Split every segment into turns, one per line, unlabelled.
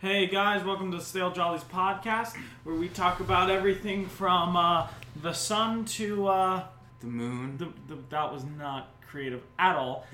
Hey guys, welcome to Stale Jollies podcast, where we talk about everything from uh, the sun to uh,
The moon.
the, the. That was not creative at all.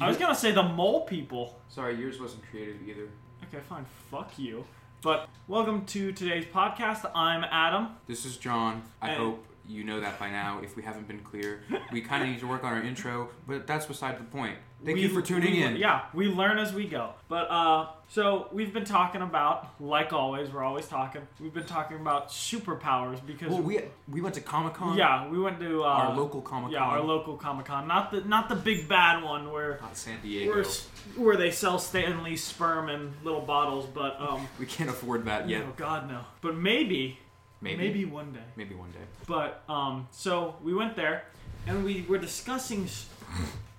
I was gonna say the mole people.
Sorry, yours wasn't creative either.
Okay, fine, fuck you. But welcome to today's podcast. I'm Adam.
This is John. I
Hey.
hope you know that by now. If we haven't been clear, we kind of need to work on our intro, but that's beside the point. Thank
We-
you for tuning
we-
in.
Yeah, we learn as we go. But uh, so we've been talking about, like always, we're always talking. We've been talking about superpowers because
Well, we we went to Comic Con.
yeah, we went to uh,
Our local Comic Con.
Yeah, our local Comic Con, not the not the big bad one where
Not San Diego.
where, s- where they sell Stanley sperm in little bottles, but um,
We can't afford that yet.
oh God no. But maybe,
Maybe.
maybe one day.
Maybe one day.
But um, so we went there, and we were discussing s-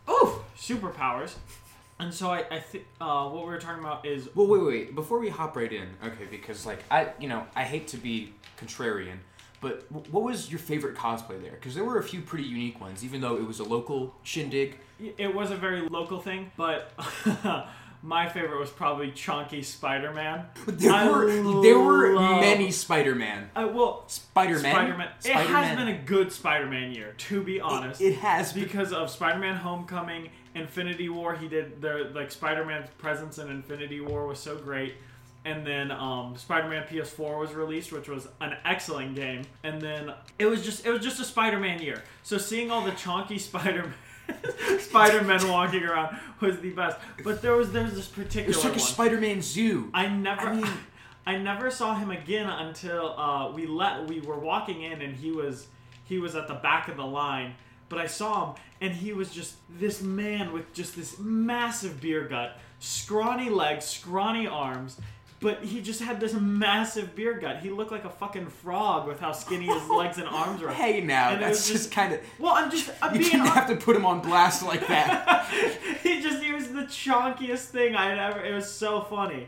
Oh.
superpowers, and so I I think uh, what we were talking about is
Well, wait, wait, wait. Before we hop right in, okay, because like I, you know, I hate to be contrarian, but w- what was your favorite cosplay there? Because there were a few pretty unique ones, even though it was a local shindig.
it was a very local thing, but. My favorite was probably Chonky Spider-Man.
But there
I
were there were
love-
many Spider-Man.
Uh, well,
Spider-Man.
Spider-Man. It has been a good Spider-Man year, to be honest.
It has been.
because of Spider-Man: Homecoming, Infinity War. He did the like Spider-Man's presence in Infinity War was so great, and then um, Spider-Man PS4 was released, which was an excellent game. And then it was just it was just a Spider-Man year. So seeing all the chonky Spider-Man. Spider-Man walking around was the best, but there was there's this particular
It's like a
one.
Spider-Man zoo.
I never, I,
I mean-
never saw him again until uh, we let we were walking in and he was he was at the back of the line. But I saw him and he was just this man with just this massive beer gut, scrawny legs, scrawny arms. But he just had this massive beer gut. He looked like a fucking frog with how skinny his legs and arms were.
hey now,
And it
that's
was
just,
just-
kind of.
Well, I'm just I'm
You
being
didn't
honest.
have to put him on blast like that.
he just he was the chonkiest thing I had ever. It was so funny,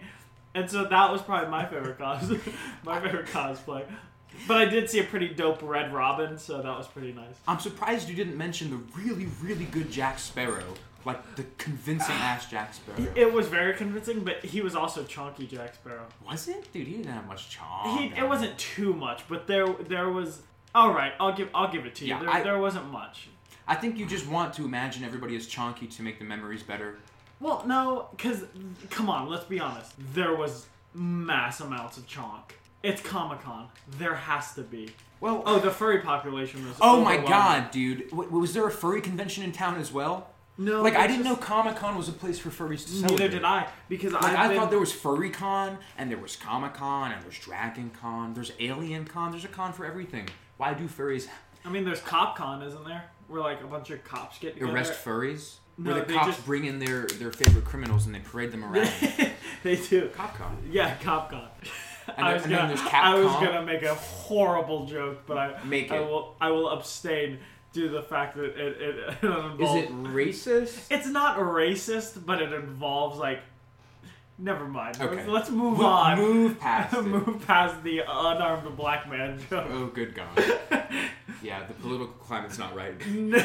and so that was probably my favorite cos, my favorite cosplay. But I did see a pretty dope Red Robin, so that was pretty nice.
I'm surprised you didn't mention the really, really good Jack Sparrow, like the convincing ass Jack Sparrow.
It was very convincing, but he was also chonky Jack Sparrow.
Was it, dude? He didn't have much charm.
He, it wasn't too much, but there there was. All right, I'll give I'll give it to you.
Yeah,
there,
I-
there wasn't much.
I think you just want to imagine everybody as chonky to make the memories better.
Well, no, because come on, let's be honest. There was mass amounts of chonk. It's Comic Con. There has to be.
Well,
Oh, the furry population was.
Oh my
overwhelming.
god, dude! W- was there a furry convention in town as well?
No,
Like I
it's
didn't know
just-
Comic Con was a place for furries to celebrate.
Neither did I because
Like
I've
I
been-
thought there was Furry Con, and there was Comic Con, and there's Dragon Con, there's Alien Con, there's a con for everything. Why do furries
I mean, there's Cop Con, isn't there? Where like a bunch of cops get together.
arrest furries?
Uh, No,
Where the
they
cops
just-
bring in their, their favorite criminals and they parade them around.
they do.
Cop Con.
Yeah, Cop Con.
And
I
then-
was
and then
gonna,
there's Cap
I was
Con.
gonna make a horrible joke, but I
Make
I
it.
will. I will abstain due to the fact that it it, it
Is
involves.
it racist?
It's not racist, but it involves like. Never mind.
Okay.
Let's, let's move
We'll
on.
Move past it.
Move past the unarmed black man joke.
Oh, good God. yeah, the political climate's not right.
No,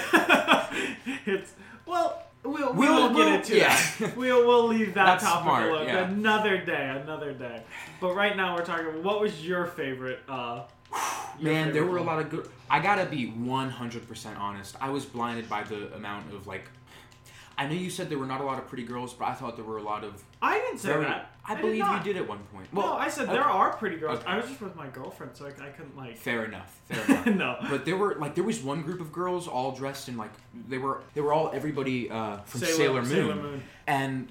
it's well. We'll, we'll,
We'll-
get
we'll-
into
yeah.
that. We'll, we'll leave that
That's
topic
smart,
alone.
yeah.
Another day, another day. But right now we're talking. What was your favorite? Uh, your
Man, there
favorite
were a
one?
lot of good. I gotta be 100% honest. I was blinded by the amount of, like. I know you said there were not a lot of pretty girls, but I thought there were a lot of.
I didn't say
very-
that.
I
did
believe
not.
you did at one point.
No,
Well,
I said
okay.
there are pretty girls.
Okay.
I was just with my girlfriend, so I, I couldn't like.
Fair enough. Fair enough.
no.
But there were like there was one group of girls all dressed in like they were they were all everybody uh, from Sailor, Moon,
Sailor Moon.
and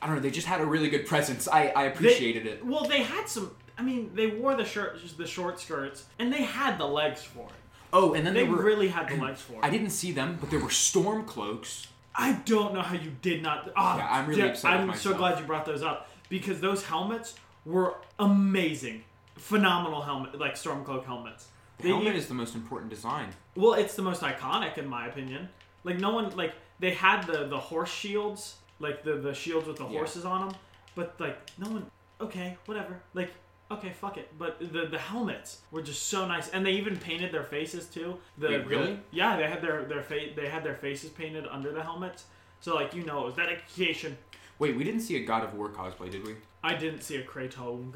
I don't know they just had a really good presence. I I appreciated it.
Well, they had some. I mean, they wore the shirt, just the short skirts, and they had the legs for it.
Oh, and then
They
there were
really had the legs for it.
I didn't see them, but there were storm cloaks.
I don't know how you did not. ah,
Yeah, I'm really
yeah,
upset with
I'm so
myself.
glad you brought those up because those helmets were amazing, phenomenal helmet, like stormcloak helmets. They,
Helmet is the most important design.
well, it's the most iconic in my opinion. Like no one like they had the the horse shields, like the the shields with the
Yeah.
horses on them, but like no one. Okay, whatever. Like okay, fuck it. But the the helmets were just so nice, and they even painted their faces too. The,
Wait,
the-
really?
yeah, they had their their fa- they had their faces painted under the helmets. So like you know it was dedication.
Wait, we didn't see a God of War cosplay, did we?
I didn't see a Kratung.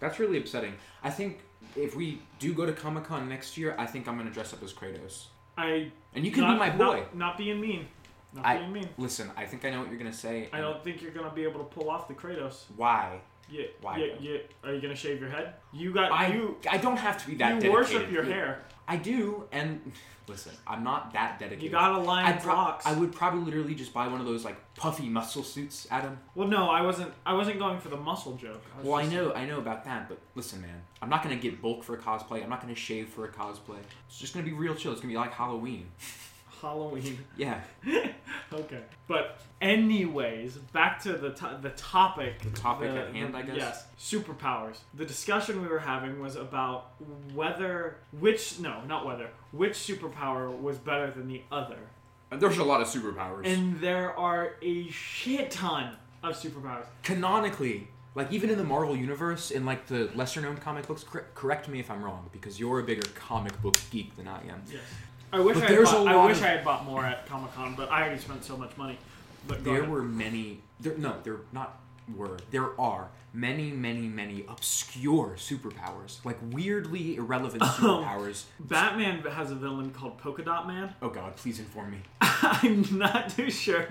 That's really upsetting. I think if we do go to Comic Con next year, I think I'm gonna dress up as Kratos,
I
and you can
not,
be my boy.
Not, not being mean. Not
I-
being mean.
Listen, I think I know what you're gonna say.
I
and
don't think you're gonna be able to pull off the Kratos.
Why?
Yeah,
Why,
yeah,
though?
yeah. Are you gonna shave your head? You got
I
you.
I don't have to be that.
You worship
dedicated.
your
Yeah.
hair.
I do, and listen, I'm not that dedicated.
You got a
I,
lion blocks.
I would probably literally just buy one of those like puffy muscle suits, Adam.
well, no, I wasn't. I wasn't going for the muscle joke. was
Well, I
just-
know, I know about that, but listen, man, I'm not gonna get bulk for a cosplay. I'm not gonna shave for a cosplay. It's just gonna be real chill. It's gonna be like Halloween.
Halloween.
Yeah,
okay. But anyways, back to the to- the topic. The
topic at hand, I guess?
Yes. Superpowers. The discussion we were having was about whether which no, not whether which superpower was better than the other.
there's a lot of superpowers.
And there are a shit ton of superpowers.
canonically, like even in the Marvel universe, in like the lesser known comic books, cor- correct me if I'm wrong, because you're a bigger comic book geek than I am.
Yes. I wish
But
I had
there's
bought,
a
I
lot
wish
of-
I had bought more at Comic Con, but I already spent so much money. But go
There
ahead.
were many. There, no, there not were. There are many, many, many obscure superpowers, like weirdly irrelevant
Oh.
superpowers.
Batman has a villain called Polka Dot Man.
Oh God, please inform me.
I'm not too sure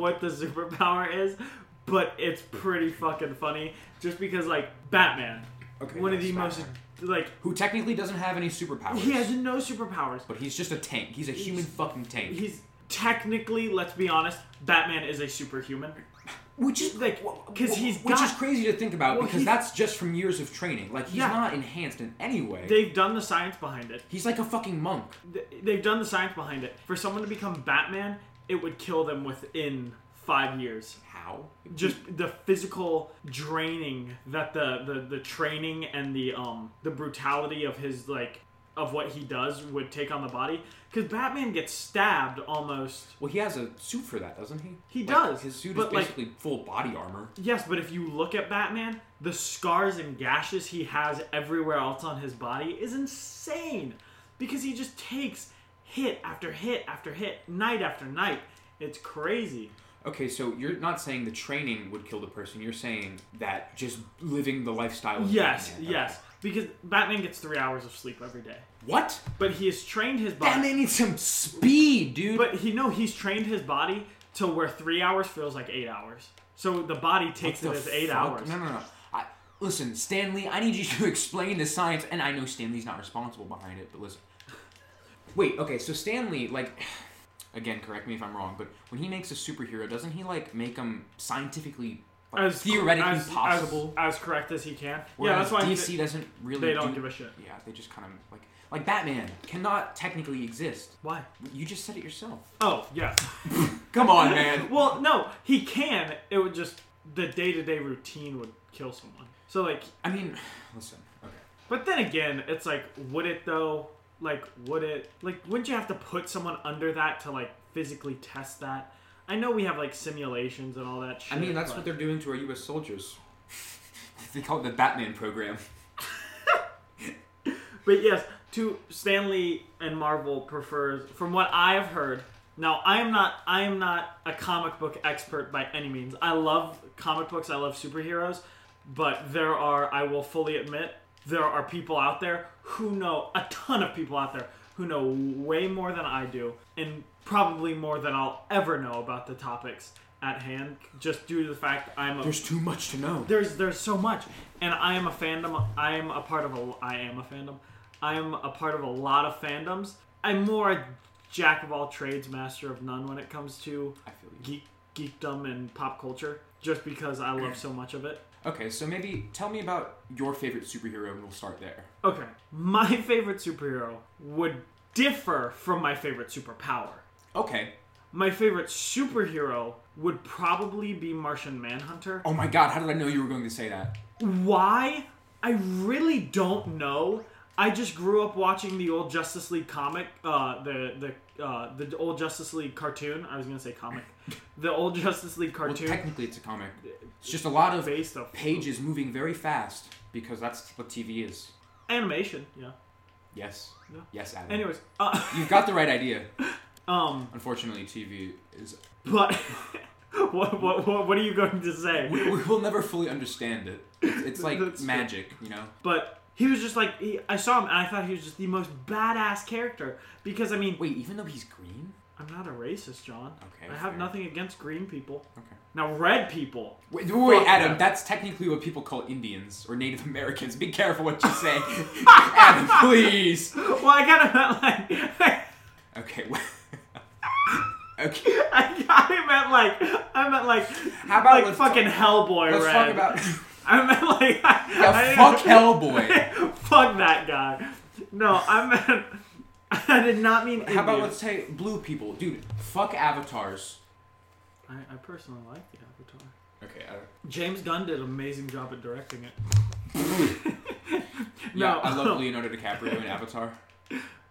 what the superpower is, but it's pretty fucking funny. Just because, like, Batman,
Okay,
one of the
yes,
most,
Batman.
like,
Who technically doesn't have any superpowers.
he has no superpowers.
But he's just a tank. He's a human fucking tank.
He's technically, let's be honest, Batman is a superhuman.
Which is
like, 'cause he's
which
got-
is crazy to think about
Well,
because
he's-
that's just from years of training. Like he's
Yeah.
not enhanced in any way.
They've done the science behind it.
he's like a fucking monk.
Th- They've done the science behind it. For someone to become Batman, it would kill them within five years.
How?
Just the physical draining that the, the, the training and the um the brutality of his like of what he does would take on the body. Because Batman gets stabbed almost.
Well, he has a suit for that, doesn't he?
He
Like,
does,
His suit
but,
is
like-
basically full body armor.
Yes, but if you look at Batman, the scars and gashes he has everywhere else on his body is insane because he just takes hit after hit after hit, night after night. It's crazy.
Okay, so you're not saying the training would kill the person. You're saying that just living the lifestyle. Of
Yes,
Batman.
yes, because Batman gets three hours of sleep every day,
What?
but he has trained his body.
Batman needs some speed, dude.
But he no, he's trained his body to where three hours feels like eight hours. So the body takes
The
it as eight
fuck?
hours.
No, no, no. I, listen, Stanley, I need you to explain the science, and I know Stanley's not responsible behind it, but listen. Wait, okay, so Stanley, like, again, correct me if I'm wrong, but when he makes a superhero, doesn't he like make him scientifically, like,
As
theoretically
as- as-
possible?
as, correct as he can. yeah, that's
Whereas
why he-
DC doesn't really.
they don't
do,
give a shit.
Yeah, they just kind of like like Batman cannot technically exist.
Why?
You just said it yourself.
Oh yeah.
Come on, man.
Well, no, he can. It would just the day to day routine would kill someone. So like,
I mean, listen. Okay.
but then again, it's like, would it though? Like, would it? Like, wouldn't you have to put someone under that to like physically test that? I know we have like simulations and all that shit.
I mean, that's
but-
what they're doing to our U.S. soldiers. they call it the Batman program.
But yes, to Stanley and Marvel prefers, from what I have heard. Now, I am not I am not a comic book expert by any means. I love comic books. I love superheroes, but there are I will fully admit there are people out there who know a ton of people out there who know way more than I do and probably more than I'll ever know about the topics at hand just due to the fact I'm a
There's too much to know.
there's there's so much and i am a fandom i am a part of a i am a fandom i am a part of a lot of fandoms i'm more a jack of all trades master of none when it comes to
I feel you.
geek geekdom and pop culture just because i love so much of it
Okay, so maybe tell me about your favorite superhero, and we'll start there.
okay my favorite superhero would differ from my favorite superpower
Okay.
my favorite superhero would probably be martian manhunter
Oh my God, how did I know you were going to say that?
Why? I really don't know. I just grew up watching the old Justice League comic, uh, the the uh, the old Justice League cartoon. I was gonna say comic, the old Justice League
Well,
cartoon
technically, it's a comic. It's just a lot of
based off
pages moving very fast because that's what TV is.
animation. Yeah.
Yes.
No.
Yes, Adam.
Anyways, uh,
You've got the right idea.
um,
Unfortunately, TV is.
but What, what, what, what are you going to say?
We, we will never fully understand it. It's, it's like
That's true.
magic, you know.
But he was just like, he, I saw him and I thought he was just the most badass character. Because, I mean,
Wait, even though he's green.
I'm not a racist, John.
Okay,
I have
fair.
nothing against green people.
Okay.
Now, red people.
Wait, wait,
Fuck
Adam,
yeah.
that's technically what people call Indians or Native Americans. Be careful what you say, Adam. Please.
Well, I kind of meant like.
Okay. Well, okay.
I, I meant like. I meant like.
How about
like
let's
fucking Hellboy
Let's
red.
talk about
I meant like. I,
yeah, fuck
I,
Hellboy.
fuck that guy. No, I meant. I did not mean.
How about
Indian.
let's say blue people, dude. Fuck avatars.
I, I personally like the Avatar.
Okay. I don't...
James Gunn did an amazing job at directing it.
Yeah,
No.
I love Leonardo DiCaprio in Avatar.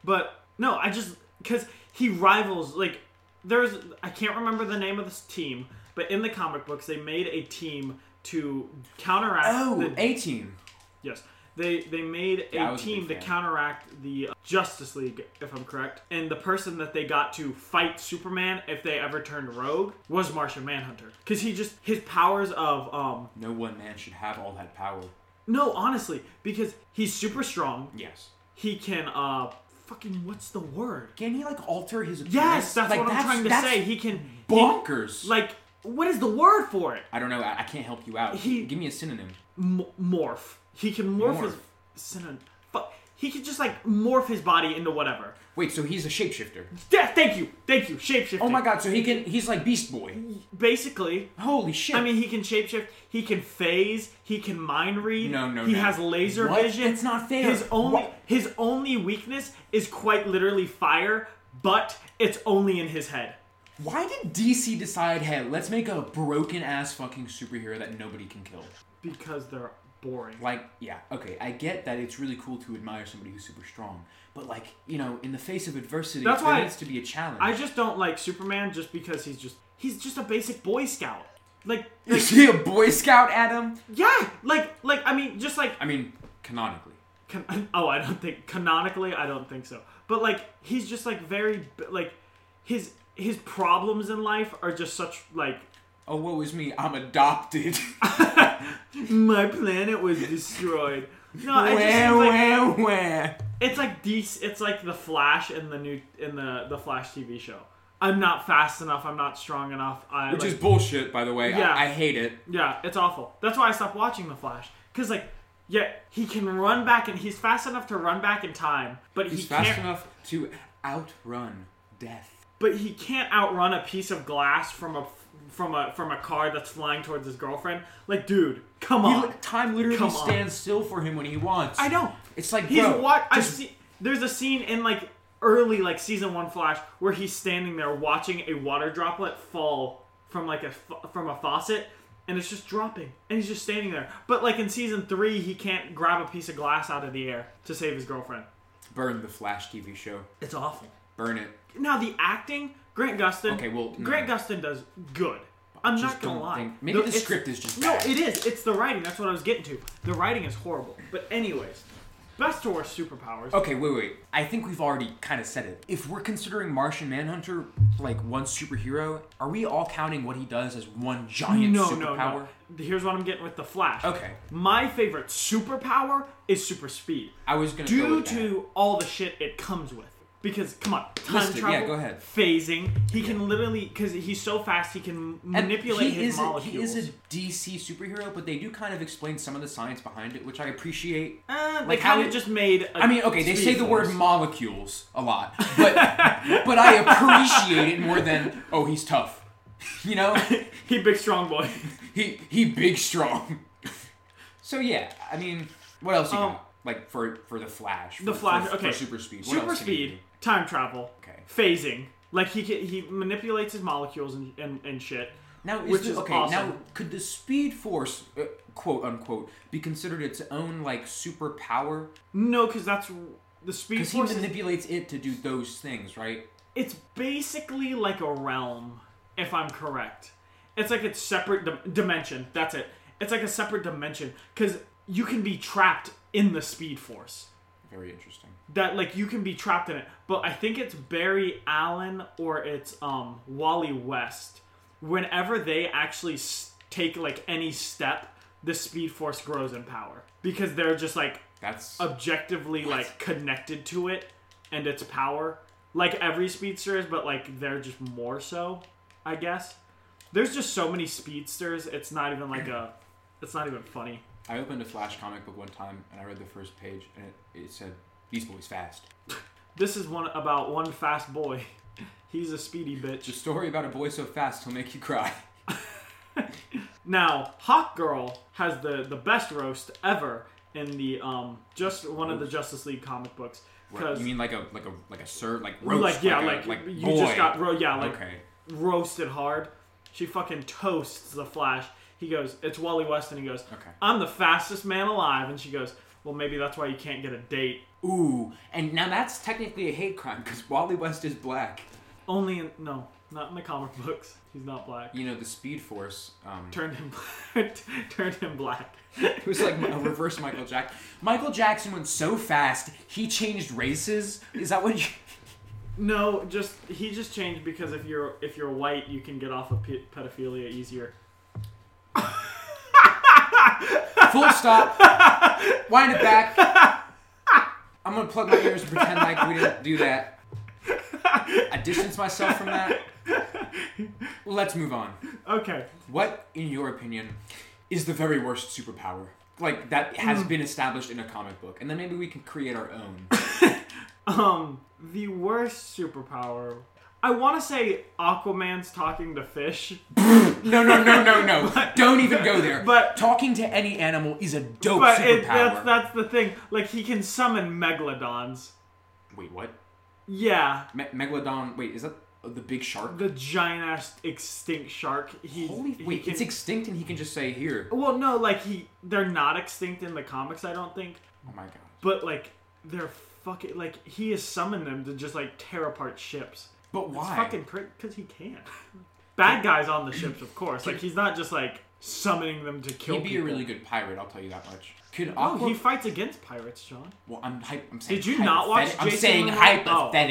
But no, I just because he rivals like there's I can't remember the name of this team, but in the comic books they made a team to counteract.
Oh,
the,
A Team.
yes, they they made
Yeah, I
a
was a
team
big
to
fan.
counteract the uh, Justice League, if I'm correct. And the person that they got to fight Superman, if they ever turned rogue, was Martian Manhunter because he just his powers of um
No one man should have all that power.
no honestly because he's super strong.
Yes.
He can uh fucking what's the word?
Can he like alter his? Appearance?
Yes, that's
Like,
what I'm
that's-
trying to
that's
say. He can he-
Bonkers.
like what is the word for it?
I don't know. I, I can't help you out.
He-
Give me a synonym.
M- morph. He can morph, his
Morph.
synonym. Fuck. He could just like morph his body into whatever.
Wait, so he's a shapeshifter.
Yeah, thank you, thank you. Shapeshifting.
Oh my god, so he can he's like Beast Boy.
Basically,
Holy shit.
I mean, he can shapeshift. He can phase. He can mind read.
No, no,
He
no.
has laser
What?
vision.
That's not fair.
His only
What?
his only weakness is quite literally fire, but it's only in his head.
why did DC decide, hey, let's make a broken ass fucking superhero that nobody can kill?
Because they're boring.
Like, yeah, okay, I get that it's really cool to admire somebody who's super strong, but like, you know, in the face of adversity,
That's
there
why-
needs to be a challenge.
I just don't like Superman just because he's just he's just a basic Boy Scout. Like, like
Is he a Boy Scout, Adam?
yeah, like like I mean, just like
I mean, canonically.
con- oh, I don't think canonically, I don't think so. But like he's just like very b- like his his problems in life are just such like
Oh, woe is me, I'm adopted.
my planet was destroyed. No, I just
where,
it's like,
where, where?
it's like these it's like the Flash in the new in the the Flash TV show. I'm not fast enough. I'm not strong enough. I
Which
like,
is bullshit, by the way. I-
Yeah.
I hate it.
Yeah, it's awful. That's why I stopped watching The Flash. Cause like, yeah, he can run back and he's fast enough to run back in time, but
He's
he
fast
can't.
enough to outrun death.
But he can't outrun a piece of glass from a from a from a car that's flying towards his girlfriend. Like, dude, come
He,
on.
li- time literally
Come on.
stands still for him when he wants.
I know.
It's like
He's
bro,
what I've
just-
seen. There's a scene in like early like season one Flash where he's standing there watching a water droplet fall from like a fa- from a faucet, and it's just dropping, and he's just standing there. But like in season three, he can't grab a piece of glass out of the air to save his girlfriend.
burn the Flash TV show.
It's awful.
Burn it.
Now the acting, Grant Gustin.
Okay, well, no.
Grant Gustin does good. I'm
Just
not gonna
don't
lie.
think- maybe
No,
the
it's-
script is just
no.
bad.
It is. It's the writing. That's what I was getting to. The writing is horrible. But anyways, best or worst superpowers.
Okay, wait, wait. I think we've already kind of said it. If we're considering Martian Manhunter like one superhero, are we all counting what he does as one giant
no, no, no.
superpower?
Here's what I'm getting with the Flash.
Okay.
My favorite superpower is super speed,
I was gonna go
due
with that.
to all the shit it comes with. Because come on, time
List it. Yeah,
travel,
go ahead.
phasing. He can literally because he's so fast, he can
And
manipulate
he
his
is a, he
molecules.
is a DC superhero, but they do kind of explain some of the science behind it, which I appreciate.
Uh, they
Like how
kind of
it-
just made. a
I mean, okay, they say
speed
the word
force.
molecules a lot, but but I appreciate it more than oh he's tough, you know,
he big strong boy.
he he big strong. So yeah, I mean, what else you
Um,
got? Like for for the Flash, for,
The Flash.
for,
okay.
for super speed, what
Super
else can he
speed.
do?
Time travel.
Okay.
Phasing. Like he can, he manipulates his molecules and and, and shit.
Now, is
Which
the-
is
okay.
awesome.
Now, could the Speed Force, uh, quote unquote, be considered its own like superpower?
No, because that's the speed
Because he
force. is-
manipulates it to do those things, right?
it's basically like a realm, if I'm correct. It's like it's separate dim- dimension. That's it. It's like a separate dimension because you can be trapped in the speed force.
Very interesting.
That like you can be trapped in it. But I think it's Barry Allen or it's um Wally West whenever they actually s- take like any step, the Speed Force grows in power because they're just like
That's
objectively like connected to it and its power like every speedster is but like they're just more so i guess there's just so many speedsters it's not even like a it's not even funny
I opened a Flash comic book one time and I read the first page and it, it said these boys fast.
this is one about one fast boy he's a speedy bitch
The story about a boy so fast he'll make you cry.
now hawk girl has the the best roast ever in the um just one of the justice league comic books
Right.
because
You mean like a like a like a serve like roast?
like yeah
a-
like,
like
you just
boy.
got ro- yeah like
okay.
roasted hard. She fucking toasts the Flash. He goes, "It's Wally West," and he goes,
Okay.
"I'm the fastest man alive." And she goes, "Well, maybe that's why you can't get a date."
Ooh, and now that's technically a hate crime because Wally West is black.
Only in no, not in the comic books. He's not black.
You know the Speed Force. Um,
Turned him black. turned him black.
It was like a reverse Michael Jackson. Michael Jackson went so fast he changed races. Is that what you?
No, just he just changed because if you're if you're white, you can get off of pe- pedophilia easier.
Full stop. Wind it back. I'm gonna plug my ears and pretend like we didn't do that. I distance myself from that. Let's move on.
Okay.
What, in your opinion, is the very worst superpower? Like that has been established in a comic book, and then maybe we can create our own.
Um, the worst superpower. I want to say Aquaman's talking to fish.
No, no, no, no, no! Don't even go there.
but-
talking to any animal is a dope
But
superpower.
it, that's that's the thing. Like he can summon megalodons.
Wait, what?
Yeah,
Me- Megalodon. Wait, is that the big shark?
the giant ass extinct shark. He,
Holy
he
wait,
can-
it's extinct, and he can just say here.
well, no, like he they're not extinct in the comics, I don't think.
Oh my god.
But like they're fucking like he has summoned them to just like tear apart ships.
But why?
It's fucking because he can. Bad guys on the ships, of course. Like he's not just like summoning them to kill
He'd be a
people.
really good pirate. I'll tell you that much. Could
Oh,
Aqua?
he fights against pirates, John.
well, I'm, hy- I'm saying.
Did you not watch
hypothet- I'm
Jason
saying
Momoa? Oh, okay.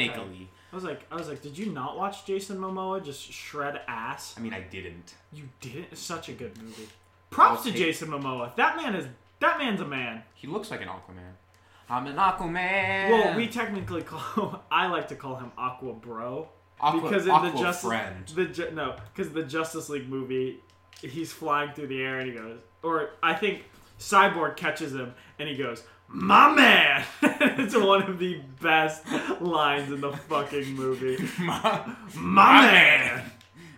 hypothetically.
I was like, I was like, did you not watch Jason Momoa just shred ass?
I mean, I didn't.
You didn't. It's such a good movie. Props
I'll
to
take-
Jason Momoa. That man is. That man's a man.
He looks like an Aquaman. I'm an Aquaman.
Well, we technically call. I like to call him Aqua Bro
Aqua,
because in
Aqua
the Justice
friend.
the Ju- no because the Justice League movie, he's flying through the air and he goes, or I think Cyborg catches him and he goes, "My man." it's one of the best lines in the fucking movie.
My,
My man.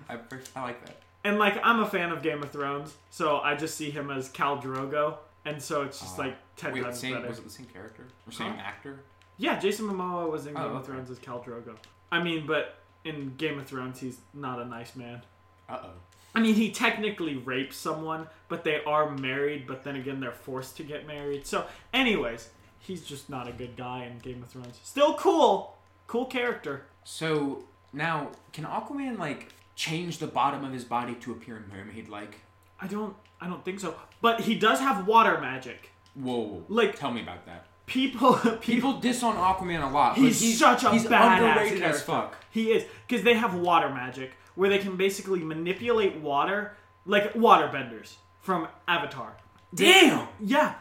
I, first- I like that.
And like I'm a fan of Game of Thrones, so I just see him as Cal Drogo, and so it's just
Uh,
like ten
Wait,
times
same,
better.
was it the same character or same
Huh?
actor?
Yeah, Jason Momoa was in Game
Oh,
of
okay.
Thrones as Cal Drogo. I mean, but in Game of Thrones, he's not a nice man.
Uh oh.
I mean, he technically rapes someone, but they are married. But then again, they're forced to get married. So, anyways, he's just not a good guy in Game of Thrones. Still cool, cool character.
So now, can Aquaman like change the bottom of his body to appear mermaid like?
I don't, I don't think so. But he does have water magic.
Whoa, whoa,
Like-
tell me about that.
People, people
People diss on Aquaman a lot. but
He's such a
he's
badass
underrated
character.
as fuck.
He is because they have water magic where they can basically manipulate water like waterbenders from Avatar.
Damn,
Yeah,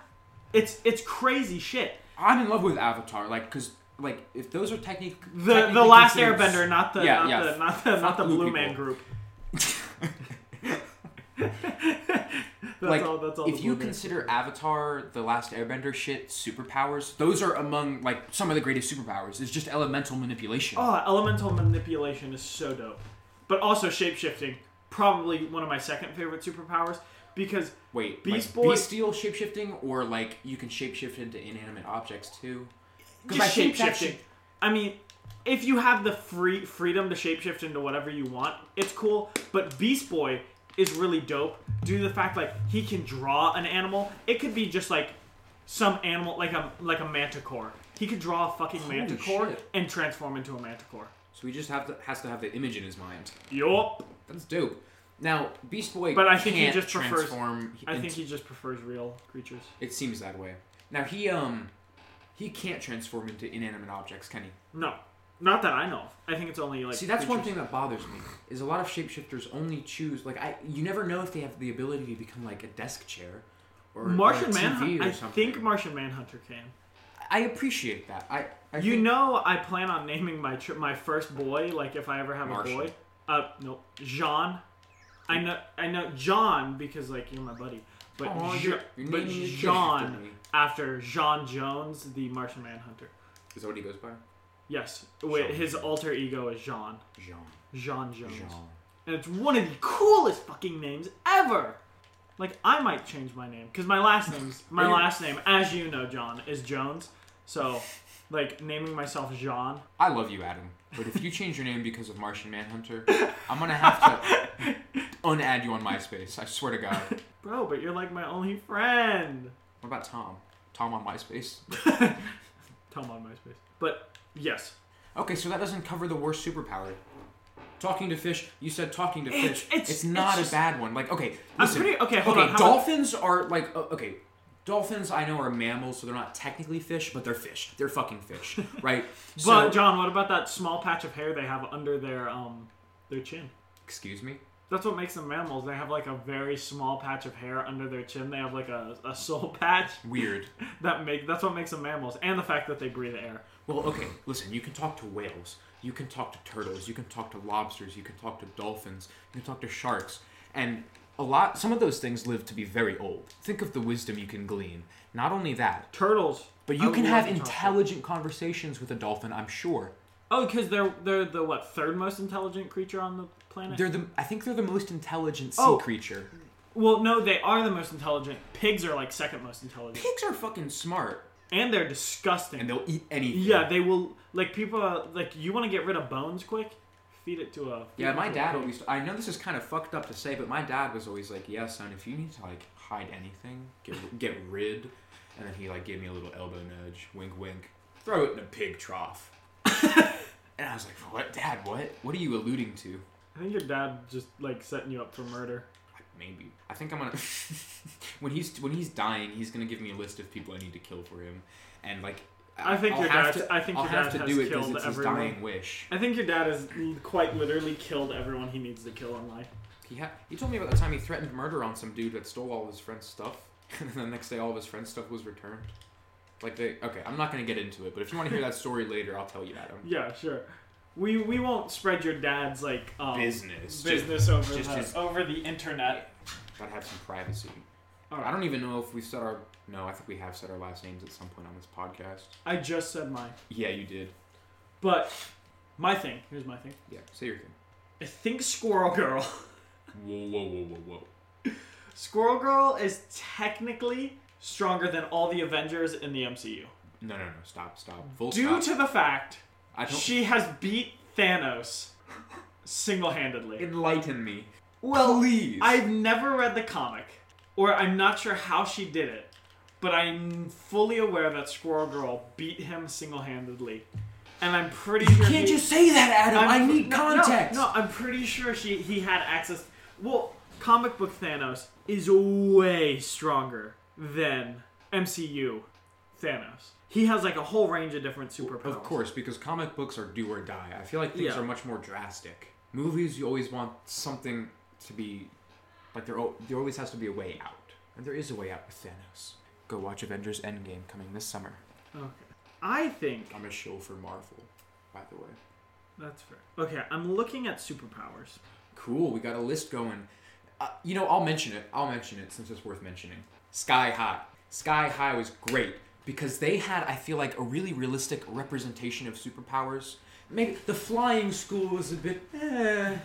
it's it's crazy shit.
I'm in love with Avatar. Like, cause like if those are technic- technically
The the last
considered-
Airbender, not the
Yeah,
not,
yeah,
the not the not the
blue
Blue Man
people.
group. That's
like
all. That's all.
if
the
you
Blue Man.
consider Avatar, the Last Airbender shit, superpowers, those are among like some of the greatest superpowers. It's just elemental manipulation.
oh, elemental manipulation is so dope, but also shapeshifting, probably one of my second favorite superpowers because
Wait,
Beast
Beast
Boy-
Boy, bestial shapeshifting, or like you can shapeshift into inanimate objects too. 'Cause
just
I think that
shapeshifting.
should-
I mean, if you have the free freedom to shapeshift into whatever you want, it's cool. But Beast Boy is really dope due to the fact like he can draw an animal. It could be just like some animal, like a like a manticore. He could draw a fucking manticore
shit.
and transform into a manticore.
So he just have to, has to have the image in his mind.
Yup.
That's dope. Now Beast Boy,
But I think he
can't
just prefers-
transform.
I think
into-
he just prefers real creatures.
it seems that way. Now he um, he can't transform into inanimate objects, can he?
No, Not that I know of. I think it's only like.
See, that's one
creatures-
thing that bothers me is a lot of shapeshifters only choose like I. You never know if they have the ability to become like a desk chair or or a
Martian
TV
Manhunter.
or
I
something.
think Martian Manhunter can.
I appreciate that. I, I
You
think-
know, I plan on naming my tri- my first boy. Like, if I ever have
Martian.
a boy, uh, no, Jean. I know, I know John because like you're my buddy, but
Aw,
Je-
you're- you're
but
naming your kid after
Jean
me.
after Jean Jones, the Martian Manhunter.
is that what he goes by?
Yes, wait,
Jean.
his alter ego is Jean.
Jean.
Jean Jones,
Jean.
and it's one of the coolest fucking names ever. Like, I might change my name because my last name's my
Are you-
last name, as you know, John is Jones. So, like, naming myself Jean.
I love you, Adam. But if you change your name because of Martian Manhunter, I'm gonna have to unadd you on MySpace. I swear to God.
Bro, but you're like my only friend.
What about Tom? Tom on MySpace?
Tell him on MySpace. But yes,
Okay, so that doesn't cover the worst superpower. Talking to fish. You said talking to
It's-
fish.
it's-
It's, not
it's
a
just-
bad one. Like okay,
I'm
listen,
pretty- okay, hold
okay,
on, how
dolphins are like uh, okay. Dolphins, I know, are mammals, so they're not technically fish, but they're fish. They're fucking fish, right?
but
so,
John, what about that small patch of hair they have under their um their chin?
excuse me.
That's what makes them mammals. They have like a very small patch of hair under their chin. They have like a, a soul patch
Weird.
that make that's what makes them mammals, and the fact that they breathe air.
Well, okay, listen, you can talk to whales, you can talk to turtles, you can talk to lobsters, you can talk to dolphins, you can talk to sharks, and a lot some of those things live to be very old. Think of the wisdom you can glean. Not only that,
Turtles,
but
I
you
would
can
love
have
to talk to.
intelligent conversations with a dolphin, I'm sure.
Oh, because they're they're the what third most intelligent creature on the planet.
They're the I think they're the most intelligent sea
Oh.
creature.
well, no, they are the most intelligent. Pigs are like second most intelligent,
Pigs are fucking smart
and they're disgusting.
and they'll eat anything.
Yeah, they will. Like people, are, like you want to get rid of bones quick, feed it to a. feed
Yeah,
it
my
to a
dad
pig.
always. I know this is kind of fucked up to say, but my dad was always like, "Yeah, son, if you need to like hide anything, get get rid." And then he like gave me a little elbow nudge, wink, wink. Throw it in a pig trough. and I was like, "What, Dad? What? What are you alluding to?"
I think your dad just like setting you up for murder.
Maybe I think I'm gonna. when he's when he's dying, he's gonna give me a list of people I need to kill for him, and like
I think
I'll
your
have
dad-
to-
I think
I'll
your
have
dad
to
has
do it 'cause
killed
it's
everyone.
his dying wish.
I think your dad has l- quite literally killed everyone he needs to kill in life.
He ha- he told me about the time he threatened murder on some dude that stole all of his friend's stuff, and then the next day all of his friend's stuff was returned. Like they okay, I'm not gonna get into it, but if you want to hear that story later, I'll tell you, Adam.
Yeah, sure. We we won't spread your dad's like um,
Business.
business over
just
the,
his-
over the internet.
Just gotta have some privacy.
All right.
I don't even know if we said our no. I think we have said our last names at some point on this podcast.
I just said mine,
Yeah, you did.
but my thing here's my thing.
Yeah, say your thing.
I think Squirrel Girl.
Whoa, whoa, whoa, whoa, whoa.
Squirrel Girl is technically stronger than all the Avengers in the MCU.
No, no, no. Stop, stop. Full
Due
stop.
to the fact
I don't.
she has beat Thanos single handedly.
Enlighten me. Well, please.
I've never read the comic, or I'm not sure how she did it, but I'm fully aware that Squirrel Girl beat him single handedly. And I'm pretty sure.
can't
he-
just say that, Adam. i
I'm-
need
no, no,
context.
No, I'm pretty sure she he had access. Well, comic book Thanos is way stronger than MCU Thanos. He has like a whole range of different superpowers.
Of course, because comic books are do or die. I feel like things
Yeah.
are much more drastic. Movies, you always want something to be like there. al- There always has to be a way out, and there is a way out with Thanos. Go watch Avengers Endgame coming this summer.
Okay. I think
I'm a shill for Marvel, by the way.
that's fair. Okay, I'm looking at superpowers.
Cool, we got a list going. Uh, you know, I'll mention it. I'll mention it since it's worth mentioning. Sky High. Sky High was great because they had, I feel like, a really realistic representation of superpowers. Maybe the flying school was a bit, eh,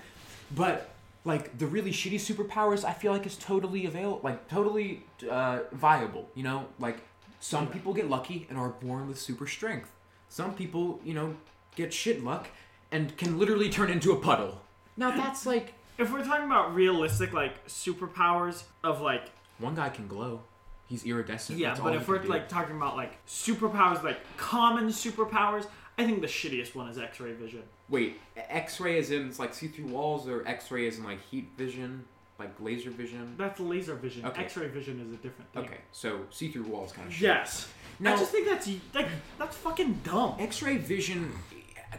but like the really shitty superpowers, I feel like is totally available, like totally uh, viable. You know, like some people get lucky and are born with super strength. Some people, you know, get shit luck and can literally turn into a puddle. Now that's like
If we're talking about realistic like superpowers of like
one guy can glow. He's iridescent.
yeah,
that's all
but
he
if
can
we're
do.
like talking about like superpowers like common superpowers, I think the shittiest one is X-ray vision.
wait, X-ray is in it's like see-through walls, or X-ray is in like heat vision, like laser vision.
That's laser vision.
Okay.
X-ray vision is a different thing.
Okay, so see-through walls kind of shit.
Yes.
No.
I just think that's like that's fucking dumb.
X-ray vision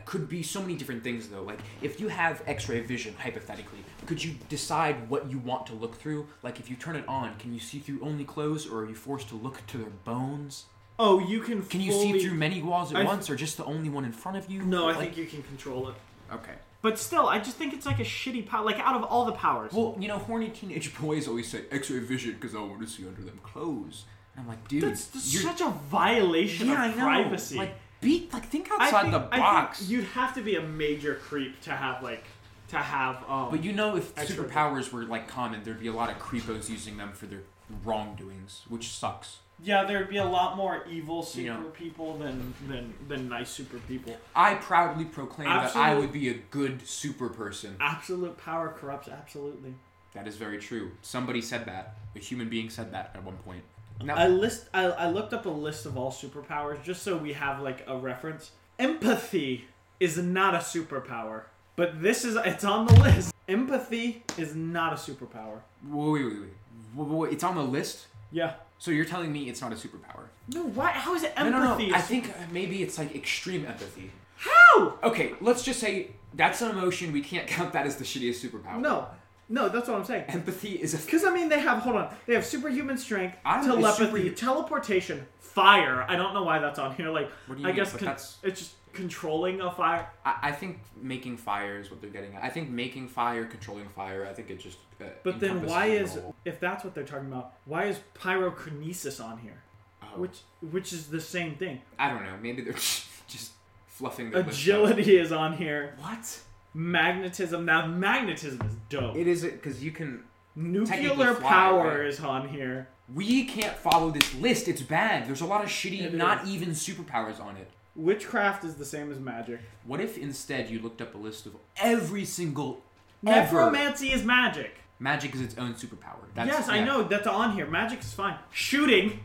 could be so many different things though. Like if you have X-ray vision, hypothetically, could you decide what you want to look through? Like if you turn it on, can you see through only clothes, or are you forced to look to their bones?
Oh, you can.
Can you
fully-
see through many walls at
I th-
once, or just the only one in front of you?
No, I
Like-
think you can control it.
okay.
But still, I just think it's like a shitty power. Like out of all the powers,
Well, you know, horny teenage boys always say X-ray vision because I want to see under them clothes. And I'm like, dude,
that's, that's
you're-
such a violation
yeah, I
of
know.
privacy.
Like, be like, think
I
outside
think-
the
I think
box.
you'd have to be a major creep to have like to have. Um,
But you know, if
X-ray.
superpowers were like common, there'd be a lot of creepos using them for their wrongdoings, which sucks.
yeah, there'd be a lot more evil super
You know.
people than than than nice super people.
I proudly proclaim that I
Absolute-
would be a good super person.
Absolute power corrupts absolutely.
That is very true. Somebody said that. A human being said that at one point. Now,
I list I, I looked up a list of all superpowers just so we have like a reference. Empathy is not a superpower, but this is it's on the list. Empathy is not a superpower.
wait, wait, wait, wait. Wait, wait, wait. It's on the list.
Yeah.
So you're telling me it's not a superpower?
No, why? How is it
No,
empathy?
no, no.
is-
I think uh, maybe it's like extreme empathy.
how?
Okay, let's just say that's an emotion. We can't count that as the shittiest superpower.
No, no, that's what I'm saying.
Empathy is a.
Because I mean, they have hold on, they have superhuman strength,
I don't know, it's
telepathy,
superhu-
teleportation, fire. I don't know why that's on here. Like,
What do you
I
mean?
guess
But
con-
that's-
it's just controlling a fire.
I, I think making fire is what they're getting at. I think making fire, controlling fire. I think it just. Uh,
But then
encompasses
why
it
is
all.
if that's what they're talking about, why is pyrokinesis on here?
Oh,
Which which is the same thing.
I don't know. Maybe they're just fluffing their list up.
Agility is on here.
What?
Magnetism. Now magnetism is dope.
It is because you can.
Nuclear
technically fly,
power
right?
is on here.
We can't follow this list. It's bad. There's a lot of shitty,
It
not
is.
even superpowers on it.
Witchcraft is the same as magic.
What if instead you looked up a list of every single ever
Necromancy is magic.
magic is its own superpower? That's,
yes, I
yeah.
know that's on here. Magic is fine. Shooting.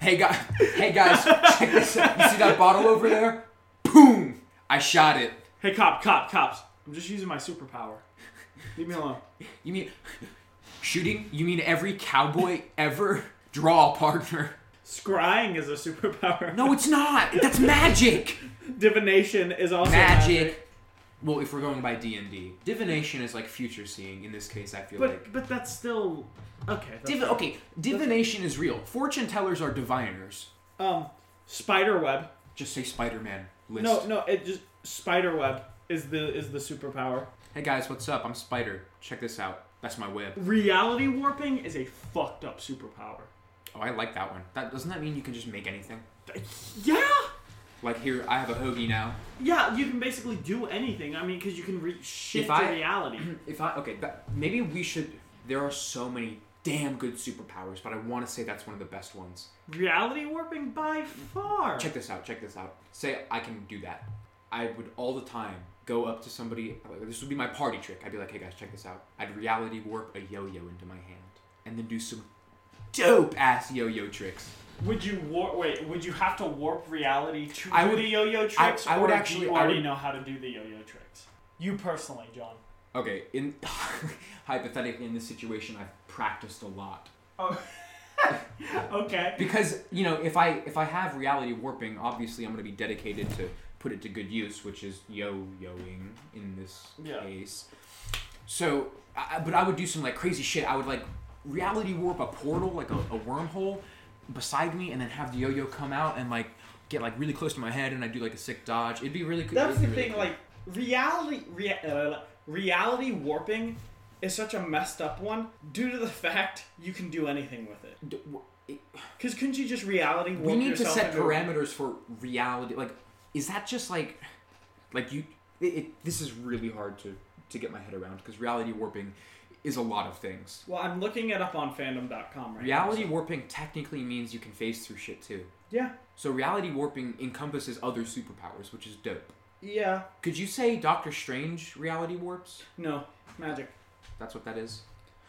Hey guys, hey guys, check this out. You see that bottle over there? Boom! I shot it.
Hey, cop, cop, cops. I'm just using my superpower. Leave me alone.
You mean shooting? You mean every cowboy ever? Draw, partner.
Scrying is a superpower.
No, it's not. That's magic.
Divination is also magic.
Magic. Well, if we're going by D and D, divination is like future seeing. In this case, I feel like.
But but that's still okay. That's
Div- okay, divination is real. Fortune tellers are diviners.
Um, spider web.
Just say Spider-Man list.
No, no, it just spider web is the is the superpower.
Hey guys, what's up? I'm Spider. Check this out. That's my web.
Reality warping is a fucked up superpower.
Oh, I like that one. That doesn't that mean you can just make anything?
Yeah,
Like here, I have a hoagie now.
yeah, you can basically do anything. I mean, because you can re- shift
If I-
to reality.
If I okay, that, maybe we should. There are so many damn good superpowers, but I want to say that's one of the best ones.
reality warping by far.
Check this out. Check this out. Say I can do that. I would all the time go up to somebody. This would be my party trick. I'd be like, "Hey guys, check this out." I'd reality warp a yo-yo into my hand, and then do some dope ass yo-yo tricks.
Would you warp? Wait, would you have to warp reality to
I
do
would-
the yo-yo tricks?
I would
or
actually-
Do you
I
already
would-
know how to do the yo-yo tricks. You personally, John.
Okay, in hypothetically in this situation, I've practiced a lot.
Oh. okay.
because you know if i if i have reality warping obviously i'm going to be dedicated to put it to good use which is yo-yoing in this
Yeah.
case so I, I- but i would do some like crazy shit i would like reality warp a portal like a, a wormhole beside me and then have the yo-yo come out and like get like really close to my head and i do like a sick dodge it'd be really cool
That's the thing. Like reality, rea- uh, reality warping is such a messed up one due to the fact you can do anything with it. Because couldn't you just reality warp
we need to
yourself
set
into-
parameters for reality like is that just like like you it, it this is really hard to to get my head around because reality warping is a lot of things
Well, I'm looking it up on fandom.com right
reality
now.
warping technically means you can phase through shit too
Yeah.
so reality warping encompasses other superpowers which is dope
Yeah.
could you say doctor strange reality warps
No. Magic.
that's what that is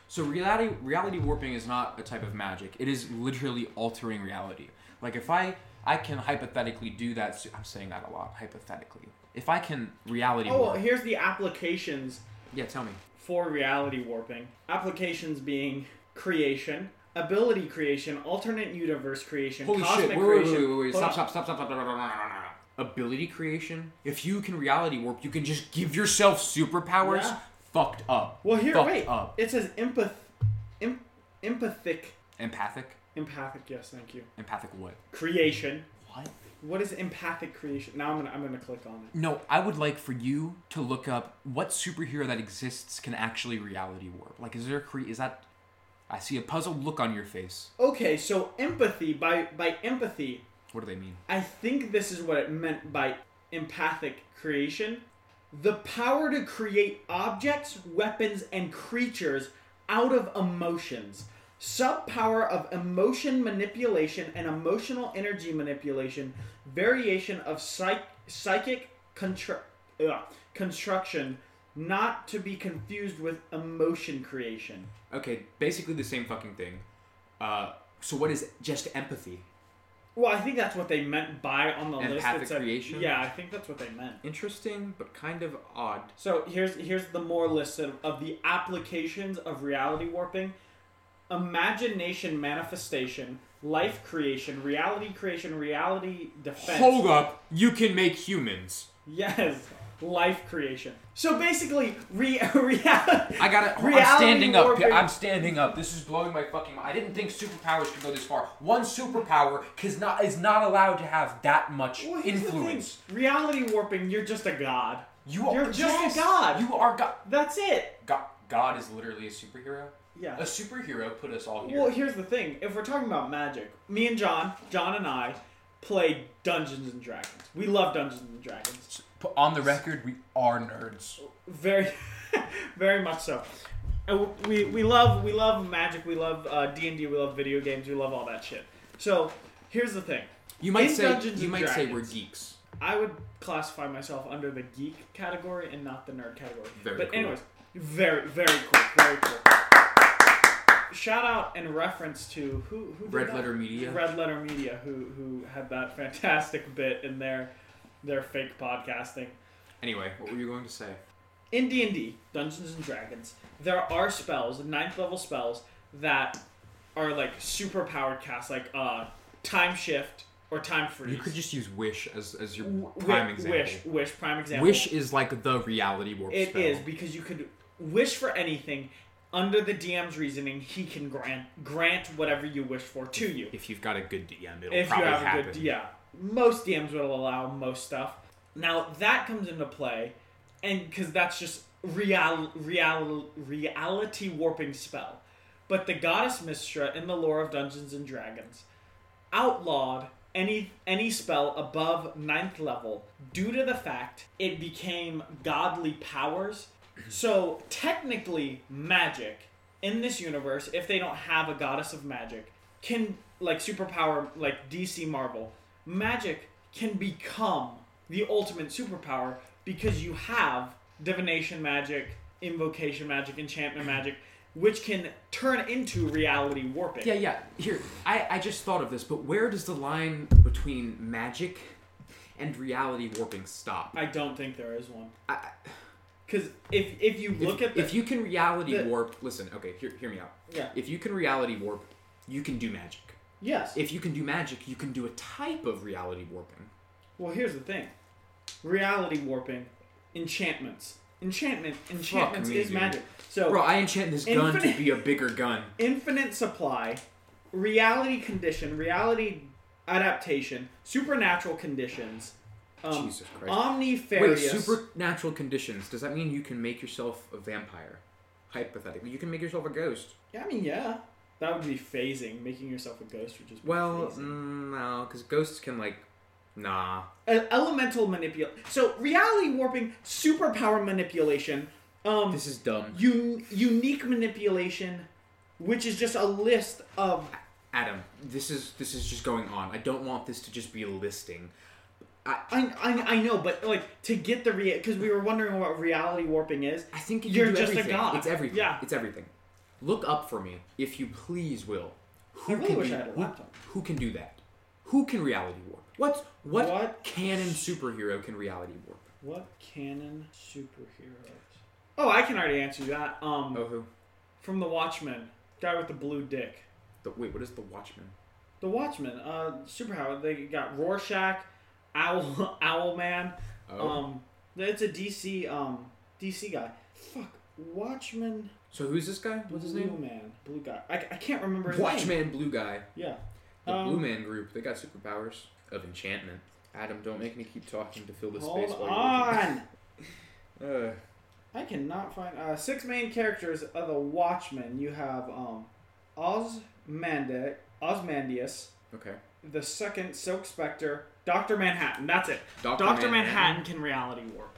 so reality reality warping is not a type of magic it is literally altering reality like if i i can hypothetically do that su- i'm saying that a lot hypothetically if i can reality
Oh, well,
warp
here's the applications
yeah tell me
for reality warping. Applications being creation, ability creation, alternate universe creation,
holy
cosmic
shit wait wait
creation.
wait wait, wait, wait.
Hold
Stop,
on.
stop stop stop stop stop, stop, stop, stop, stop, stop, stop, stop. ability creation. If you can reality warp, you can just give yourself superpowers.
Yeah.
Fucked up.
Well, here,
Fucked
wait.
up.
It says empath, em, empathic,
Empathic.
empathic. Yes, thank you.
Empathic what?
Creation.
What?
What is empathic creation? Now I'm gonna I'm gonna click on it.
No, I would like for you to look up what superhero that exists can actually reality warp. Like, is there a cre- is that? I see a puzzled look on your face.
Okay, so empathy by by empathy,
What do they mean?
I think this is what it meant by empathic creation. The power to create objects, weapons, and creatures out of emotions. Sub power of emotion manipulation and emotional energy manipulation, variation of psych- psychic contr- ugh, construction, not to be confused with emotion creation.
Okay, basically the same fucking thing. Uh, so what is just empathy?
Well, I think that's what they meant by on the list.
Empathic
It's a-
creation?
Yeah, I think that's what they meant.
Interesting, but kind of odd.
So here's here's the more list of, of the applications of reality warping. Imagination manifestation, life creation, reality creation, reality defense.
Hold up, you can make humans.
Yes, life creation. So basically, re- reality.
I got it. I'm
Reality
standing up.
warping.
I'm standing up. This is blowing my fucking mind. I didn't think superpowers could go this far. One superpower is not is not allowed to have that much
Well, here's the thing.
influence.
Reality warping. You're just a god.
You are
You're just a
yes,
god.
You are god.
That's it.
God. God is literally a superhero. A
Yeah.
superhero put us all here.
Well, here's the thing. If we're talking about magic, me and John, John and I, play Dungeons and Dragons. We love Dungeons and Dragons.
Put on the record, we are nerds.
very very much so And we, we love we love magic we love uh, d&d we love video games we love all that shit so here's the thing
You might
In
say
Dungeons and
you might say we're
Dragons.
geeks.
i would classify myself under the geek category and not the nerd category
Very
but
cool.
anyways very very cool very cool shout out and reference to who who did
Red
that?
Letter Media.
Red Letter Media, who who had that fantastic bit in their their fake podcasting.
Anyway, what were you going to say?
in d&d dungeons and dragons there are spells ninth level spells that are like super powered casts like uh time shift or time freeze
You could just use wish as as your
W-
prime
wi-
example.
wish wish prime example
Wish is like the reality warp
It is
spell.
because you could wish for anything under the dm's reasoning he can grant grant whatever you wish for to you
If you've got a good DM, it'll
if you
probably
have
happen.
a good yeah most dms will allow most stuff now that comes into play and because that's just real, real reality warping spell but the goddess mistra in the lore of dungeons and dragons outlawed any any spell above ninth level due to the fact it became godly powers so technically magic in this universe if they don't have a goddess of magic can like superpower like dc marvel magic can become the ultimate superpower because you have divination magic invocation magic enchantment magic which can turn into reality warping
Yeah, yeah. Here, I, I just thought of this, but where does the line between magic and reality warping stop?
I don't think there is one.
I-
Because if if you look at the,
if you can reality
the-
warp, listen, okay, hear, hear me out.
Yeah.
If you can reality warp, you can do magic.
yes,
If you can do magic, you can do a type of reality warping.
well here's the thing, reality warping, enchantments, enchantment, enchantments
me,
is
dude.
magic. So
Bro, I enchant this gun
Infinite-
to be a bigger gun.
infinite supply, reality condition, reality adaptation, supernatural conditions, um,
Jesus Christ. Wait,
omnifarious.
supernatural conditions. Does that mean you can make yourself a vampire? Hypothetically, you can make yourself a ghost.
Yeah, I mean yeah, that would be phasing. Making yourself a ghost would just be
Well,
phasing.
mm, no, because ghosts can like, nah.
Uh, elemental manipulation. So reality warping, superpower manipulation. Um,
This is dumb.
un- unique manipulation, which is just a list of.
Adam, this is this is just going on. I don't want this to just be a listing.
I, I, I know, but like to get the rea because we were wondering what reality warping is.
I think you
You're
do
just a
everything.
god.
It's everything.
Yeah.
It's everything. Look up for me, if you please, Will. Who
I really
can
wish
do,
I had a
who-
laptop.
Who, can do that? Who can reality warp? What's what,
What?
canon superhero can reality warp?
What canon superheroes? Oh, I can already answer that. Um,
Oh who?
from the Watchmen, guy with the blue dick.
The, wait, what is the Watchman?
The Watchmen, uh, superpower. They got Rorschach, Owl Owl Man.
Oh.
Um, it's a DC um DC guy. Fuck, Watchman.
so who's this guy? What's his
Blue
name?
Man, blue guy. I, I can't remember his name.
Watchman Blue Guy.
Yeah.
The
Um,
Blue Man Group. They got superpowers of enchantment. Adam, don't make me keep talking to fill the
Hold
space. While
on.
you're looking. uh,
I cannot find uh, six main characters of the Watchmen. You have um, Osmanda, Osmandius,
okay.
the second Silk Spectre, Doctor Manhattan. That's it.
Dr.
Doctor Manhattan
Manhattan?
can reality warp.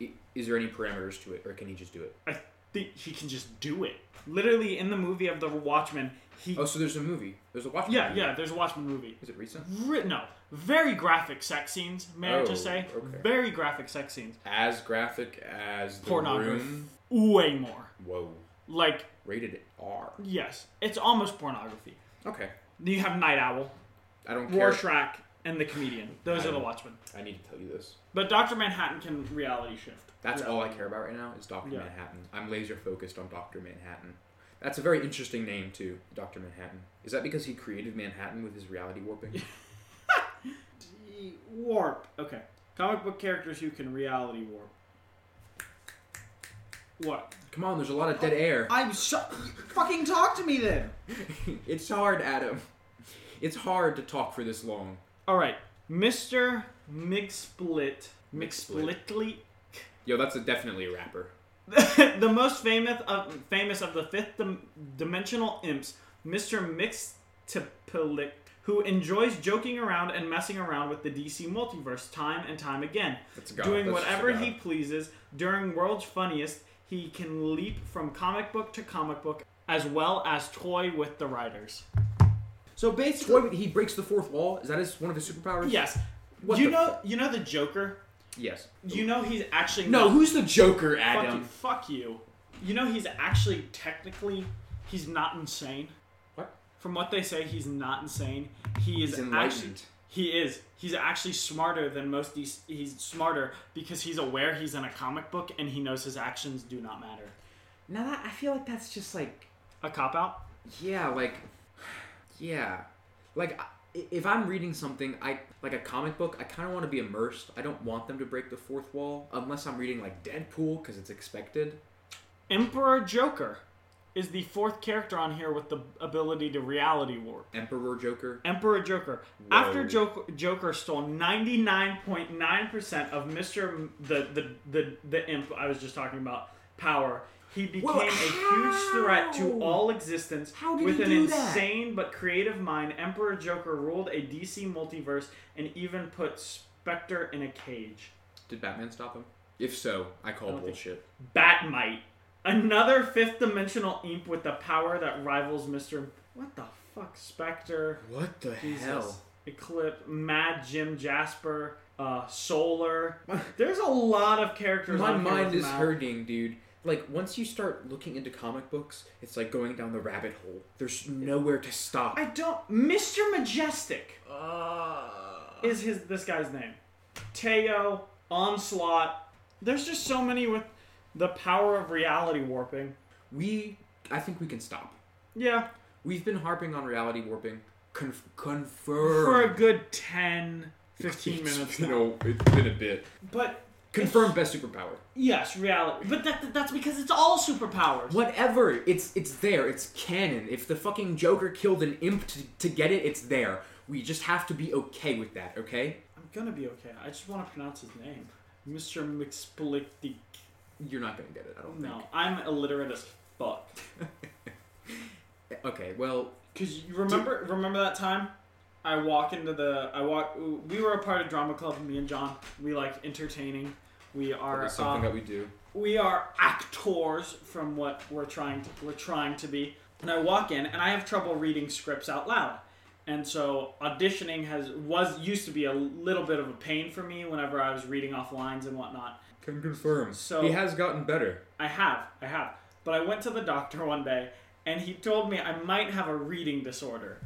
I- Is there any parameters to it, or can he just do it?
I think he can just do it. Literally in the movie of the Watchmen, he
Oh, so there's a movie. There's a Watchmen.
yeah
movie.
yeah. There's a Watchmen movie.
Is it recent?
Ri- no, very graphic sex scenes. May I just
Oh,
say,
okay.
very graphic sex scenes.
As graphic as the
Pornography.
room.
Way more.
Whoa.
Like
Rated R.
yes, it's almost pornography.
Okay.
You have Night Owl.
I don't care.
Rorschach and the comedian. Those are the Watchmen.
I need to tell you this.
But Doctor Manhattan can reality shift.
That's
Yeah.
all I care about right now is Doctor
Yeah.
Manhattan. I'm laser focused on Doctor Manhattan. That's a very interesting name too, Doctor Manhattan. Is that because he created Manhattan with his reality warping?
Warp. Okay. Comic book characters who can reality warp. What?
Come on, there's a lot of dead air.
I'm shut. Fucking talk to me then.
it's hard, Adam. It's hard to talk for this long.
All right, Mister McSplit.
McSplit.
McSplitly.
Yo, that's a, definitely a rapper.
the most famous of famous of the fifth dim- dimensional imps, Mr. Mixtapelic, who enjoys joking around and messing around with the DC multiverse time and time again,
That's a god.
doing
That's just a
whatever
god.
he pleases. During World's Funniest, he can leap from comic book to comic book as well as toy with the writers. So basically,
Boy, he breaks the fourth wall. Is that his one of his superpowers?
yes.
What
you
the
know, you know the Joker.
Yes.
You know he's actually
no,
not-
who's the Joker,
Fuck you,
Adam?
fuck you. You know he's actually technically he's not insane.
What?
From what they say, he's not insane. He is
He's
actually
enlightened.
he is. He's actually smarter than most. These, he's smarter because he's aware he's in a comic book and he knows his actions do not matter.
Now that I feel like that's just like
A cop out.
yeah like yeah like I- if i'm reading something i like a comic book i kind of want to be immersed i don't want them to break the fourth wall unless i'm reading like deadpool because it's expected
Emperor Joker is the fourth character on here with the ability to reality warp.
emperor joker
Emperor Joker.
Whoa.
After Joker, Joker stole 99.9% of Mr. M- the, the the the imp I was just talking about power, he became
Whoa,
a huge threat to
how?
all existence.
How did
With
he
an
do that?
insane but creative mind, Emperor Joker ruled a DC multiverse and even put Spectre in a cage.
did batman stop him if so i call
don't think-
bullshit
Batmite. Another fifth dimensional imp with the power that rivals Mr. What the fuck? Spectre.
what the
Jesus.
hell
Eclipse, Mad Jim Jasper, uh, Solar. There's a lot of characters.
my
on here
mind
with
is
mouth.
hurting dude like once you start looking into comic books it's like going down the rabbit hole there's nowhere to stop
I don't. Mr. Majestic
uh,
is his this guy's name. Teo Onslaught. There's just so many with the power of reality warping.
we i think we can stop
Yeah,
We've been harping on reality warping. Conf-
for a
confirm.
good 10, 15 minutes now.
it's been a bit.
But
Confirm best superpower.
yes, reality. But that, that's because it's all superpowers.
Whatever. It's it's there. It's canon. If the fucking Joker killed an imp to, to get it, it's there. We just have to be okay with that, okay?
I'm gonna be okay. I just want to pronounce his name, Mr. McSplicky.
You're not gonna get it, I don't
No, I'm illiterate as fuck.
think. Okay, well,
Cause you remember remember that time I walk into the I walk we were a part of drama club me and John we like entertaining we are uh,
we do.
we are actors from what we're trying to we're trying to be and I walk in and I have trouble reading scripts out loud and so auditioning has was used to be a little bit of a pain for me whenever I was reading off lines and whatnot
Can confirm.
So-
he has gotten better.
I have, I have. But I went to the doctor one day and he told me I might have a reading disorder.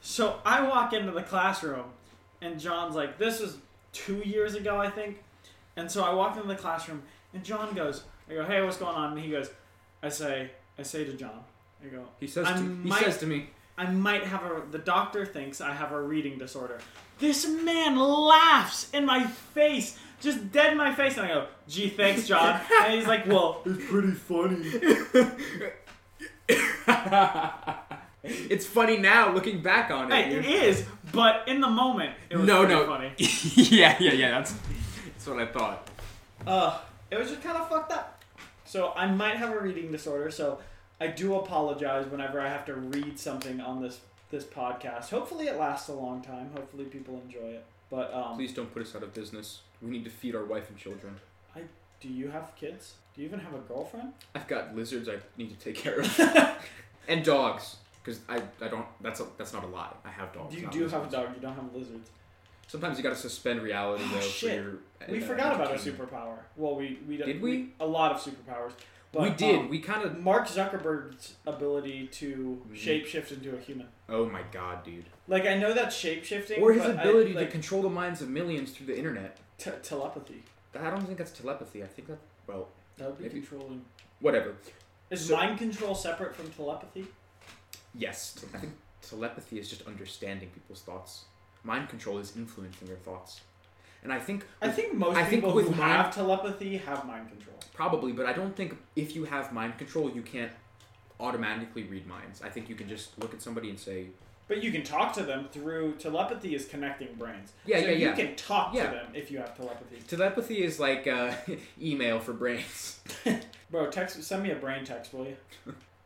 So I walk into the classroom and John's like, this was two years ago, I think. And so I walk into the classroom and John goes, I go, hey, what's going on? And he goes, I say, I say to John, I go,
He says
I
to, he
might-
says to me,
I might have a. The doctor thinks I have a reading disorder. This man laughs in my face, just dead in my face, and I go, "Gee, thanks, John." and he's like, "Well, it's pretty funny."
it's funny now looking back on it.
it is, but in the moment, it was
No,
pretty
no.
funny.
yeah, yeah, yeah. That's that's what I thought.
Uh, it was just kind of fucked up. So I might have a reading disorder. So I do apologize whenever I have to read something on this this podcast. Hopefully it lasts a long time. Hopefully people enjoy it. But um,
Please don't put us out of business. We need to feed our wife and children.
do you have kids? Do you even have a girlfriend?
I've got lizards I need to take care of, and dogs. Because I, I don't. That's a, that's not a lie. I have dogs.
you
not
do
lizards.
have a dog. You don't have lizards.
Sometimes you gotta suspend reality
Oh,
though.
shit.
For your,
We
uh,
forgot about our
entertainment.
superpower. Well, we we
Did we?
a lot of superpowers. But,
we did.
um,
we kind of.
Mark Zuckerberg's ability to
Mhm.
shapeshift into a human.
Oh my god, dude.
Like I know that's shapeshifting.
Or his
but I-
ability to
like,
control the minds of millions through the internet.
te- telepathy.
I don't think that's telepathy. I think that. Well,
That would be
Maybe.
controlling.
whatever.
Is
So-
mind control separate from telepathy?
Yes, te- I think telepathy is just understanding people's thoughts. Mind control is influencing your thoughts, and I think
I think most
I think
people
with
who
mind-
have telepathy have mind control.
probably, but I don't think if you have mind control, you can't automatically read minds. I think you can just look at somebody and say,
But you can talk to them through telepathy is connecting brains.
Yeah,
so
yeah,
you
yeah.
can talk
Yeah.
to them if you have telepathy.
telepathy is like uh, email for brains.
Bro, text send me a brain text, will you?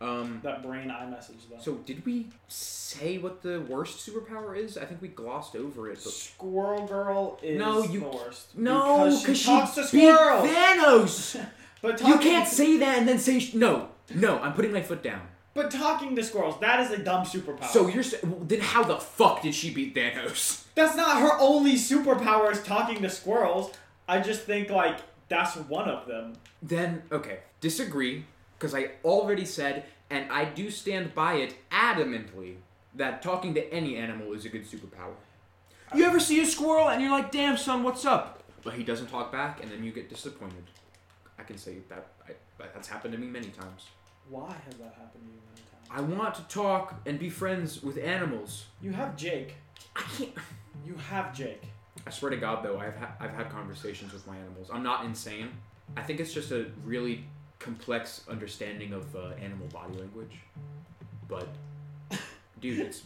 Um,
That brain I message them.
so did we say what the worst superpower is? I think we glossed over it. But...
Squirrel Girl is
No, you-
the worst.
No,
because she talks to
beat
squirrels.
Thanos.
but
you
talking,
can't say that and then say sh- no, no. I'm putting my foot down.
But talking to squirrels, that is a dumb superpower.
So you're s- well, then how the fuck did she beat Thanos?
That's not her only superpower is talking to squirrels. I just think like that's one of them.
Then okay, disagree because I already said and I do stand by it adamantly that talking to any animal is a good superpower. You ever see a squirrel and you're like, "Damn son, what's up?" But he doesn't talk back, and then you get disappointed. I can say that I, that- that's happened to me many times.
Why has that happened to you many times?
I want to talk and be friends with animals.
You have Jake.
I can't.
You have Jake.
I swear to God, though, I've ha- I've had conversations with my animals. I'm not insane. I think it's just a really complex understanding of uh, animal body language. But, dude, it's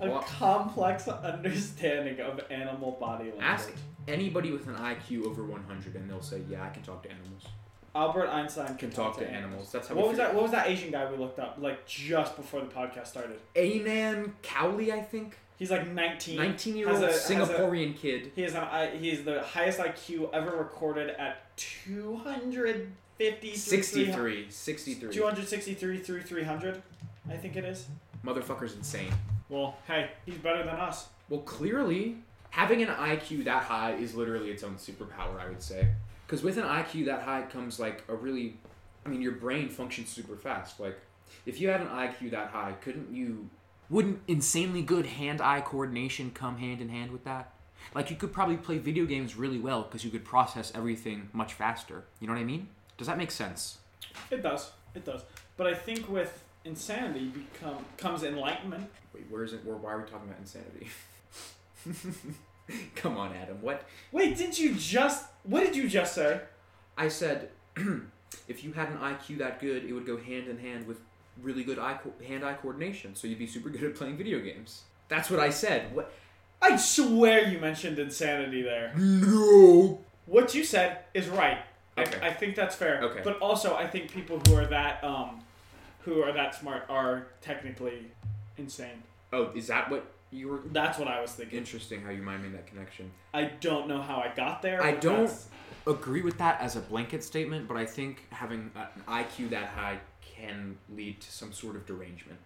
A
Wha-
complex understanding of animal body language.
ask anybody with an IQ over 100, and they'll say, "Yeah, I can talk to animals.
Albert Einstein could
Can talk to animals." That's how.
What
we
was
figured-
that? What was that Asian guy we looked up like just before the podcast started?
Anan Cowley, I think,
He's like 19.
19 year
Has
old
a- has a-
Singaporean kid.
He is an I, he is the highest IQ ever recorded at 253
63, 63.
263 through 300, I think it is.
Motherfucker's insane.
Well, hey, he's better than us.
Well, clearly, having an IQ that high is literally its own superpower, I would say. Because with an IQ that high comes like a really, I mean, your brain functions super fast. Like, if you had an IQ that high, couldn't you? Wouldn't insanely good hand-eye coordination come hand in hand with that? Like, you could probably play video games really well because you could process everything much faster. You know what I mean? Does that make sense?
It does. It does. But I think with insanity become comes enlightenment.
Wait, where is it? Where, why are we talking about insanity? come on, Adam. What?
Wait, didn't you just what did you just say?
I said, if you had an IQ that good, it would go hand in hand with really good eye co- hand-eye coordination. So you'd be super good at playing video games. That's what I said. What?
I swear you mentioned insanity there.
No.
What you said is right.
Okay.
I, I think that's fair.
Okay.
But also I think people who are that um who are that smart are technically insane.
Oh, is that what you were?
That's what I was thinking.
Interesting how your mind made that connection.
I don't know how I got there.
I
but
don't
that's-
agree with that as a blanket statement, but I think having a- an IQ that high can lead to some sort of derangement.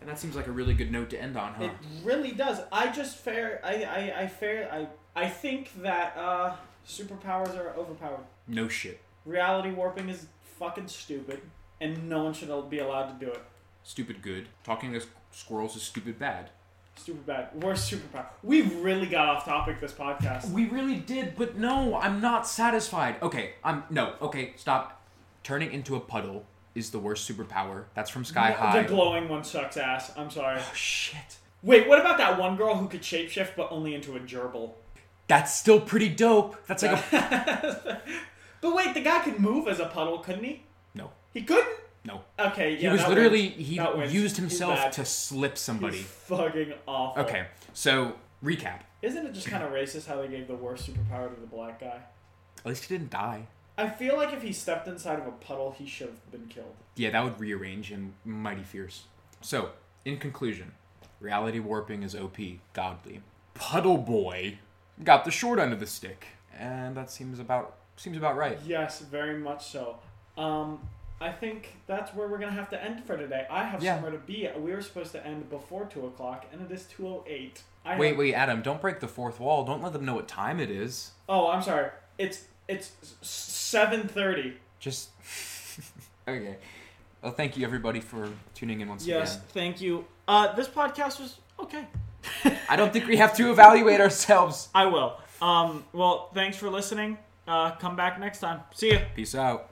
And that seems like a really good note to end on, huh?
It really does. I just fair. I I I fair. I I think that uh, superpowers are overpowered.
no shit.
Reality warping is fucking stupid, and no one should be allowed to do it.
Stupid good. Talking to s- squirrels is stupid bad.
Stupid bad. Worst superpower. We really got off topic this podcast.
We really did, but no, I'm not satisfied. Okay, I'm no, okay, stop turning into a puddle is the worst superpower. That's from Sky
The
High.
glowing one sucks ass. I'm sorry.
oh shit.
Wait, what about that one girl who could shapeshift but only into a gerbil?
That's still pretty dope. That's like a
but wait, the guy could move as a puddle, couldn't he?
no,
He couldn't.
no.
Okay, yeah.
He was
that
literally
wins.
he
That wins.
used
He's
himself
bad.
to slip somebody.
He's fucking awful.
Okay, so recap.
Isn't it just kind of racist how they gave the worst superpower to the black guy?
At least he didn't die.
I feel like if he stepped inside of a puddle, he should have been killed.
Yeah, that would rearrange him mighty fierce. So, in conclusion, reality warping is OP, godly. Puddle Boy got the short end of the stick, and that seems about seems about right.
Yes, very much so. Um, I think that's where we're gonna have to end for today. I have
Yeah.
somewhere to be. We were supposed to end before two o'clock, and it is two o eight. I
Wait,
have-
wait, Adam, don't break the fourth wall. Don't let them know what time it is.
Oh, I'm sorry. It's it's seven thirty.
Just okay. Well, thank you everybody for tuning in once
Yes,
again.
thank you. Uh, this podcast was okay.
I don't think we have to evaluate ourselves.
I will. Um, well, thanks for listening. Uh, come back next time. See ya.
Peace out.